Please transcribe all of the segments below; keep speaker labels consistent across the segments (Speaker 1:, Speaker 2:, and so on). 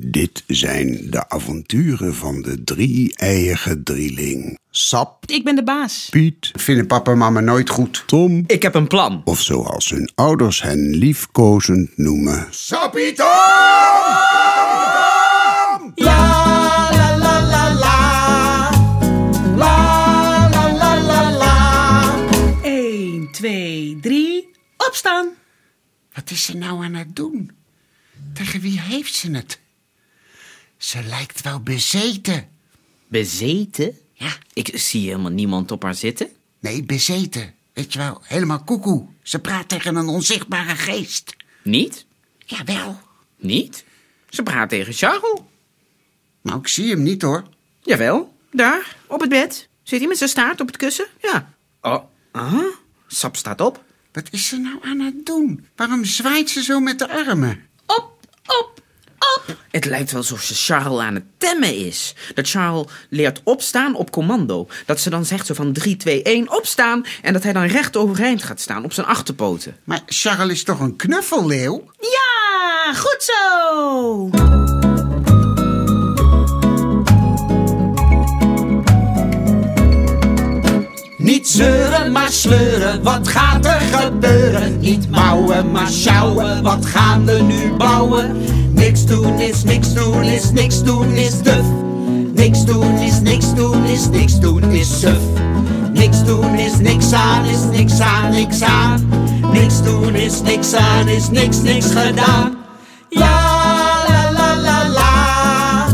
Speaker 1: Dit zijn de avonturen van de drie-eiige drieling. Sap,
Speaker 2: Ik ben de baas.
Speaker 1: Piet, vinden papa en mama nooit goed. Tom,
Speaker 3: Ik heb een plan.
Speaker 1: of zoals hun ouders hen liefkozend noemen. Sapito!
Speaker 3: La la la.
Speaker 2: 1, 2, 3. Opstaan.
Speaker 4: Wat is ze nou aan het doen? Tegen wie heeft ze het? Ze lijkt wel bezeten.
Speaker 3: Bezeten?
Speaker 4: Ja.
Speaker 3: Ik zie helemaal niemand op haar zitten.
Speaker 4: Nee, bezeten. Weet je wel, helemaal koekoe. Ze praat tegen een onzichtbare geest.
Speaker 3: Niet?
Speaker 4: Jawel.
Speaker 3: Niet? Ze praat tegen Charles.
Speaker 4: Nou, ik zie hem niet hoor.
Speaker 3: Jawel, daar, op het bed. Zit hij met zijn staart op het kussen? Ja. Oh, ah? Sap staat op.
Speaker 4: Wat is ze nou aan het doen? Waarom zwaait ze zo met de armen?
Speaker 2: Op, op, op.
Speaker 3: Het lijkt wel alsof ze Charles aan het temmen is. Dat Charles leert opstaan op commando. Dat ze dan zegt zo van 3, 2, 1, opstaan. En dat hij dan recht overeind gaat staan op zijn achterpoten.
Speaker 4: Maar Charles is toch een knuffelleeuw?
Speaker 2: Ja, goed zo.
Speaker 5: Niet zeuren, maar sleuren, wat gaat er gebeuren? Niet mouwen, maar sjouwen, wat gaan we nu bouwen? Niks doen is niks doen is niks doen is duf. Niks doen is niks doen is niks doen is suf. Niks doen is niks aan is niks aan niks aan. Niks doen is niks aan is niks niks gedaan. Ja, la la la la.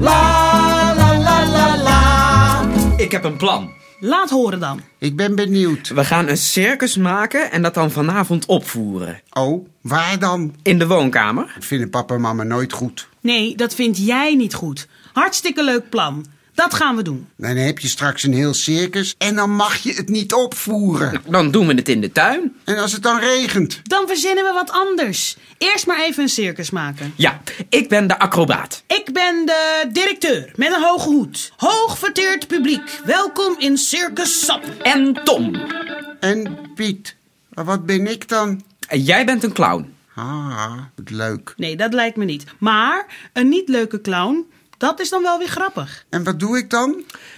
Speaker 5: La la la la la.
Speaker 3: Ik heb een plan.
Speaker 2: Laat horen dan.
Speaker 4: Ik ben benieuwd.
Speaker 3: We gaan een circus maken en dat dan vanavond opvoeren.
Speaker 4: Oh, waar dan?
Speaker 3: In de woonkamer.
Speaker 4: Vinden papa en mama nooit goed.
Speaker 2: Nee, dat vind jij niet goed. Hartstikke leuk plan. Dat gaan we doen.
Speaker 4: Dan heb je straks een heel circus en dan mag je het niet opvoeren.
Speaker 3: Dan doen we het in de tuin.
Speaker 4: En als het dan regent?
Speaker 2: Dan verzinnen we wat anders. Eerst maar even een circus maken.
Speaker 3: Ja, ik ben de acrobaat.
Speaker 2: Ik ben de directeur met een hoge hoed. Hoog verteerd publiek. Welkom in Circus Sap.
Speaker 3: En Tom.
Speaker 4: En Piet, maar wat ben ik dan?
Speaker 3: En jij bent een clown.
Speaker 4: Ah, wat leuk.
Speaker 2: Nee, dat lijkt me niet. Maar een niet leuke clown, dat is dan wel weer grappig.
Speaker 4: En wat doe ik dan?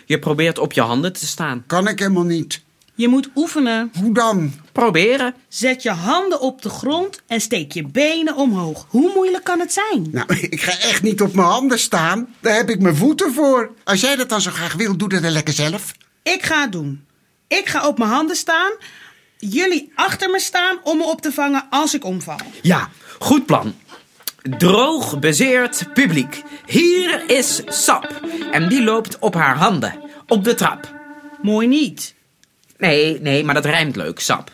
Speaker 3: Je probeert op je handen te staan.
Speaker 4: Kan ik helemaal niet.
Speaker 2: Je moet oefenen.
Speaker 4: Hoe dan?
Speaker 3: Proberen.
Speaker 2: Zet je handen op de grond en steek je benen omhoog. Hoe moeilijk kan het zijn?
Speaker 4: Nou, ik ga echt niet op mijn handen staan. Daar heb ik mijn voeten voor. Als jij dat dan zo graag wil, doe dat dan lekker zelf.
Speaker 2: Ik ga het doen. Ik ga op mijn handen staan. Jullie achter me staan om me op te vangen als ik omval.
Speaker 3: Ja, goed plan. Droog bezeerd publiek. Hier is Sap. En die loopt op haar handen. Op de trap.
Speaker 2: Mooi niet.
Speaker 3: Nee, nee, maar dat rijmt leuk, Sap.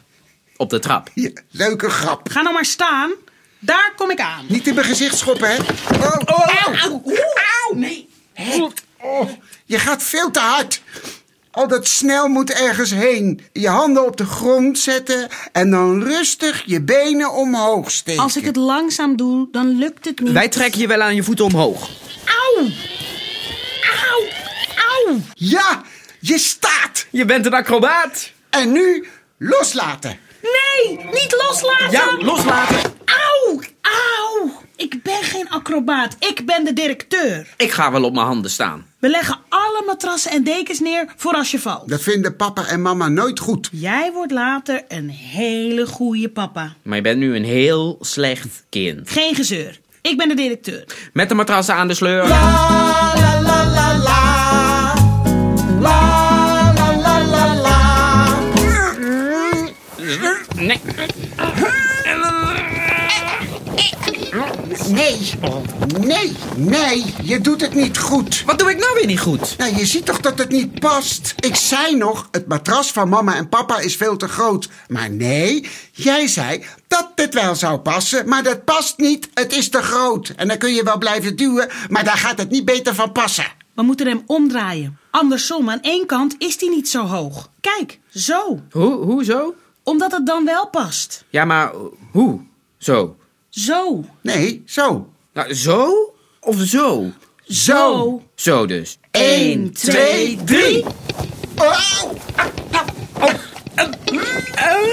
Speaker 3: Op de trap.
Speaker 4: Ja, leuke grap.
Speaker 2: Ga nou maar staan. Daar kom ik aan.
Speaker 4: Niet in mijn gezicht schoppen, hè? Oh,
Speaker 2: Auw, auw, oeh, auw, nee.
Speaker 4: oh, je gaat veel te hard. Al dat snel moet ergens heen. Je handen op de grond zetten en dan rustig je benen omhoog steken.
Speaker 2: Als ik het langzaam doe, dan lukt het niet.
Speaker 3: Wij trekken je wel aan je voeten omhoog.
Speaker 2: Auw! Auw! Auw!
Speaker 4: Ja, je staat.
Speaker 3: Je bent een acrobaat.
Speaker 4: En nu loslaten.
Speaker 2: Nee, niet loslaten!
Speaker 3: Ja, loslaten.
Speaker 2: Auw! Auw! Ik ben geen acrobaat, ik ben de directeur.
Speaker 3: Ik ga wel op mijn handen staan.
Speaker 2: We leggen alle matrassen en dekens neer voor als je valt.
Speaker 4: Dat vinden papa en mama nooit goed.
Speaker 2: Jij wordt later een hele goede papa.
Speaker 3: Maar je bent nu een heel slecht kind.
Speaker 2: Geen gezeur. Ik ben de directeur.
Speaker 3: Met de matrassen aan de sleur.
Speaker 5: La la la la la. La la la la la.
Speaker 4: Nee, nee, nee, je doet het niet goed.
Speaker 3: Wat doe ik nou weer niet goed?
Speaker 4: Nou, je ziet toch dat het niet past? Ik zei nog, het matras van mama en papa is veel te groot. Maar nee, jij zei dat dit wel zou passen, maar dat past niet. Het is te groot. En dan kun je wel blijven duwen, maar daar gaat het niet beter van passen.
Speaker 2: We moeten hem omdraaien. Andersom, aan één kant is hij niet zo hoog. Kijk, zo.
Speaker 3: Hoe, hoezo?
Speaker 2: Omdat het dan wel past.
Speaker 3: Ja, maar hoe? Zo.
Speaker 2: Zo.
Speaker 4: Nee, zo.
Speaker 3: Nou, zo of zo?
Speaker 2: Zo.
Speaker 3: Zo dus.
Speaker 2: Eén, twee,
Speaker 3: drie.
Speaker 4: Au!
Speaker 2: Auw!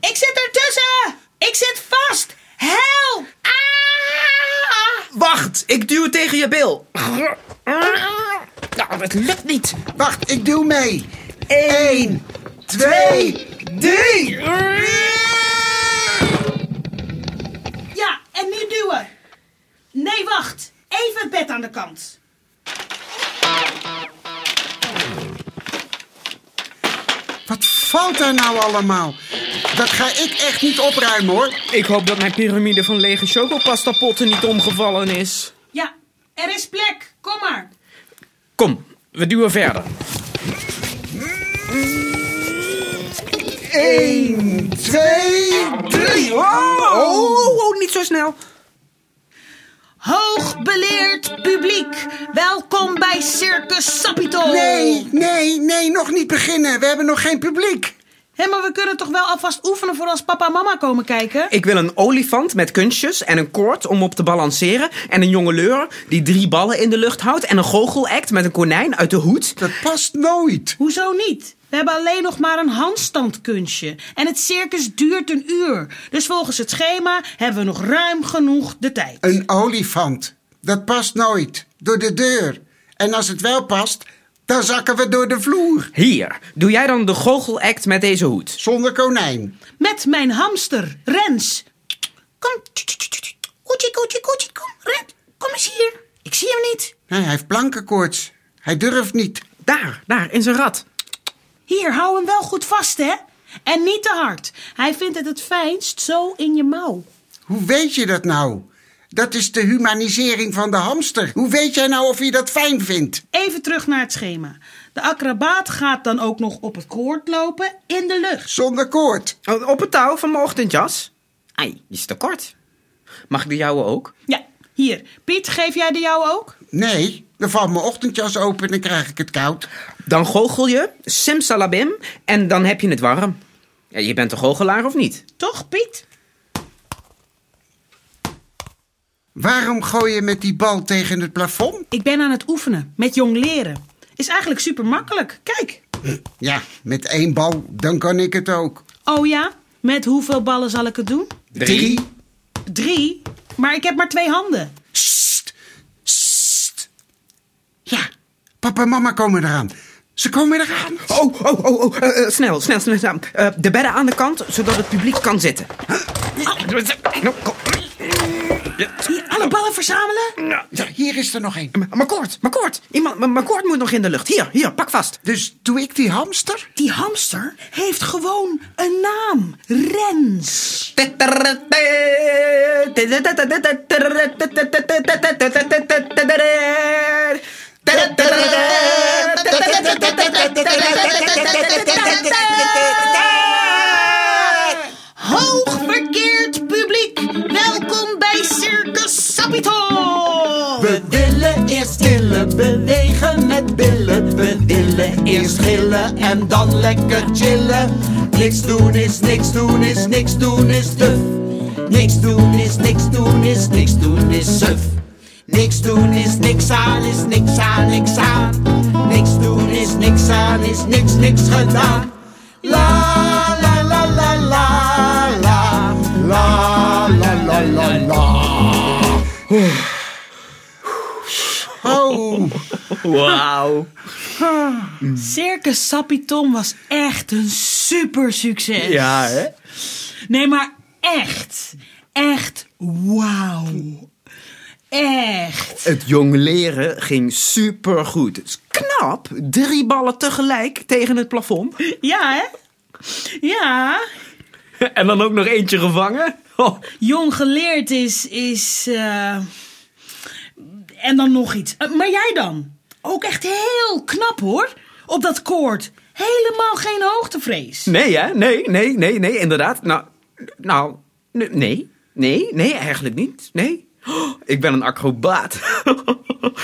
Speaker 2: Ik zit ertussen!
Speaker 3: hand. Ik duw tegen je bil. Nou, dat lukt niet.
Speaker 4: Wacht, ik doe mee.
Speaker 3: Eén,
Speaker 4: twee,
Speaker 3: drie.
Speaker 2: Ja, en nu duwen. Nee, wacht. Even het bed aan de kant.
Speaker 4: Wat valt daar nou allemaal? Dat ga ik echt niet opruimen hoor.
Speaker 3: Ik hoop dat mijn piramide van lege chocopastapotten niet omgevallen is.
Speaker 2: Ja, er is plek. Kom maar.
Speaker 3: Kom, we duwen verder.
Speaker 4: Eén, twee, drie.
Speaker 3: Oh, oh, oh, niet zo snel.
Speaker 2: Hoogbeleerd publiek, welkom bij Circus Sapito.
Speaker 4: Nee, nee, nee, nog niet beginnen. We hebben nog geen publiek.
Speaker 2: Hé, maar we kunnen toch wel alvast oefenen voor als papa en mama komen kijken?
Speaker 3: Ik wil een olifant met kunstjes en een koord om op te balanceren. En een jongeleur die drie ballen in de lucht houdt. En een goochelact met een konijn uit de hoed.
Speaker 4: Dat past nooit.
Speaker 2: Hoezo niet? We hebben alleen nog maar een handstandkunstje. En het circus duurt een uur. Dus volgens het schema hebben we nog ruim genoeg de tijd.
Speaker 4: Een olifant. Dat past nooit. Door de deur. En als het wel past, dan zakken we door de vloer.
Speaker 3: Hier, doe jij dan de goochelact met deze hoed.
Speaker 4: Zonder konijn.
Speaker 2: Met mijn hamster, Rens. Kom. Koetje, koetje, koetje, kom. Rens, kom eens hier. Ik zie hem niet.
Speaker 4: Nee, hij heeft plankenkoorts. Hij durft niet.
Speaker 3: Daar, daar, in zijn rat.
Speaker 2: Hier, hou hem wel goed vast, hè. En niet te hard. Hij vindt het het fijnst zo in je mouw.
Speaker 4: Hoe weet je dat nou? Dat is de humanisering van de hamster. Hoe weet jij nou of je dat fijn vindt?
Speaker 2: Even terug naar het schema. De acrobaat gaat dan ook nog op het koord lopen in de lucht.
Speaker 4: Zonder koord.
Speaker 3: Op het touw van mijn ochtendjas. Ai, die is te kort. Mag ik de jouwe ook?
Speaker 2: Ja, hier. Piet, geef jij de jou ook?
Speaker 4: Nee, dan valt mijn ochtendjas open en dan krijg ik het koud.
Speaker 3: Dan goochel je, simsalabim, en dan heb je het warm. Ja, je bent een goochelaar of niet?
Speaker 2: Toch, Piet?
Speaker 4: Waarom gooi je met die bal tegen het plafond?
Speaker 2: Ik ben aan het oefenen met jong leren. Is eigenlijk super makkelijk. Kijk.
Speaker 4: Ja, met één bal, dan kan ik het ook.
Speaker 2: Oh ja, met hoeveel ballen zal ik het doen?
Speaker 3: Drie.
Speaker 2: Drie. Maar ik heb maar twee handen.
Speaker 4: Sst, sst. Ja, papa en mama komen eraan. Ze komen eraan.
Speaker 3: Oh, oh, oh, oh. eh, eh, snel, snel, snel. snel. Eh, de bedden aan de kant, zodat het publiek kan zitten. Nou, kom.
Speaker 2: Hier, alle ballen verzamelen?
Speaker 4: Ja, hier is er nog één.
Speaker 3: Maar- Maar kort, maar kort. Iemand, maar- maar kort moet nog in de lucht. Hier, hier, pak vast.
Speaker 4: Dus doe ik die hamster?
Speaker 2: Die hamster heeft gewoon een naam. Rens. Hoogverkeerd publiek. Welkom bij Circus Sapito.
Speaker 5: We willen eerst chillen, bewegen met billen. We willen eerst gillen en dan lekker chillen. Niks doen is niks doen is niks doen is duf. Niks doen is niks doen is niks doen is suf. Niks doen is niks aan is niks aan niks aan. Niks doen is niks aan is niks niks gedaan. La la la la la la la la la la la.
Speaker 4: Oh,
Speaker 3: Wauw.
Speaker 2: Circus Sapiton was echt een super succes.
Speaker 3: hè?
Speaker 2: Nee, maar echt. Echt wauw. Echt.
Speaker 3: Het jong leren ging supergoed. Het is knap. Drie ballen tegelijk tegen het plafond.
Speaker 2: Ja, hè? Ja.
Speaker 3: En dan ook nog eentje gevangen. Oh.
Speaker 2: Jong geleerd is. is eh, En dan nog iets. Eh, maar jij dan? Ook echt heel knap hoor. Op dat koord. Helemaal geen hoogtevrees.
Speaker 3: Nee, hè? Nee, nee, nee, nee, inderdaad. Nou, nou, n- nee, nee, nee, eigenlijk niet. Nee. Oh, ik ben een acrobaat.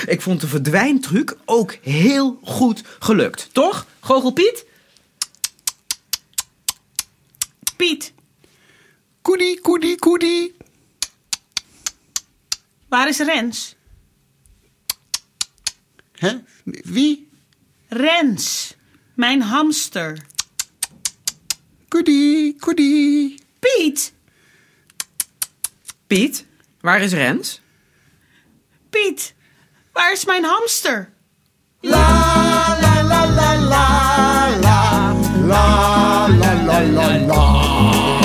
Speaker 3: ik vond de verdwijntruc ook heel goed gelukt. Toch, Gogel Piet?
Speaker 2: Piet,
Speaker 4: koedie, koedie, koedie.
Speaker 2: waar is Rens?
Speaker 4: Hè? Wie?
Speaker 2: Rens, mijn hamster.
Speaker 4: Koedie, koedie.
Speaker 2: Piet,
Speaker 3: Piet, waar is Rens?
Speaker 2: Piet, waar is mijn hamster?
Speaker 5: la la la la la la la la la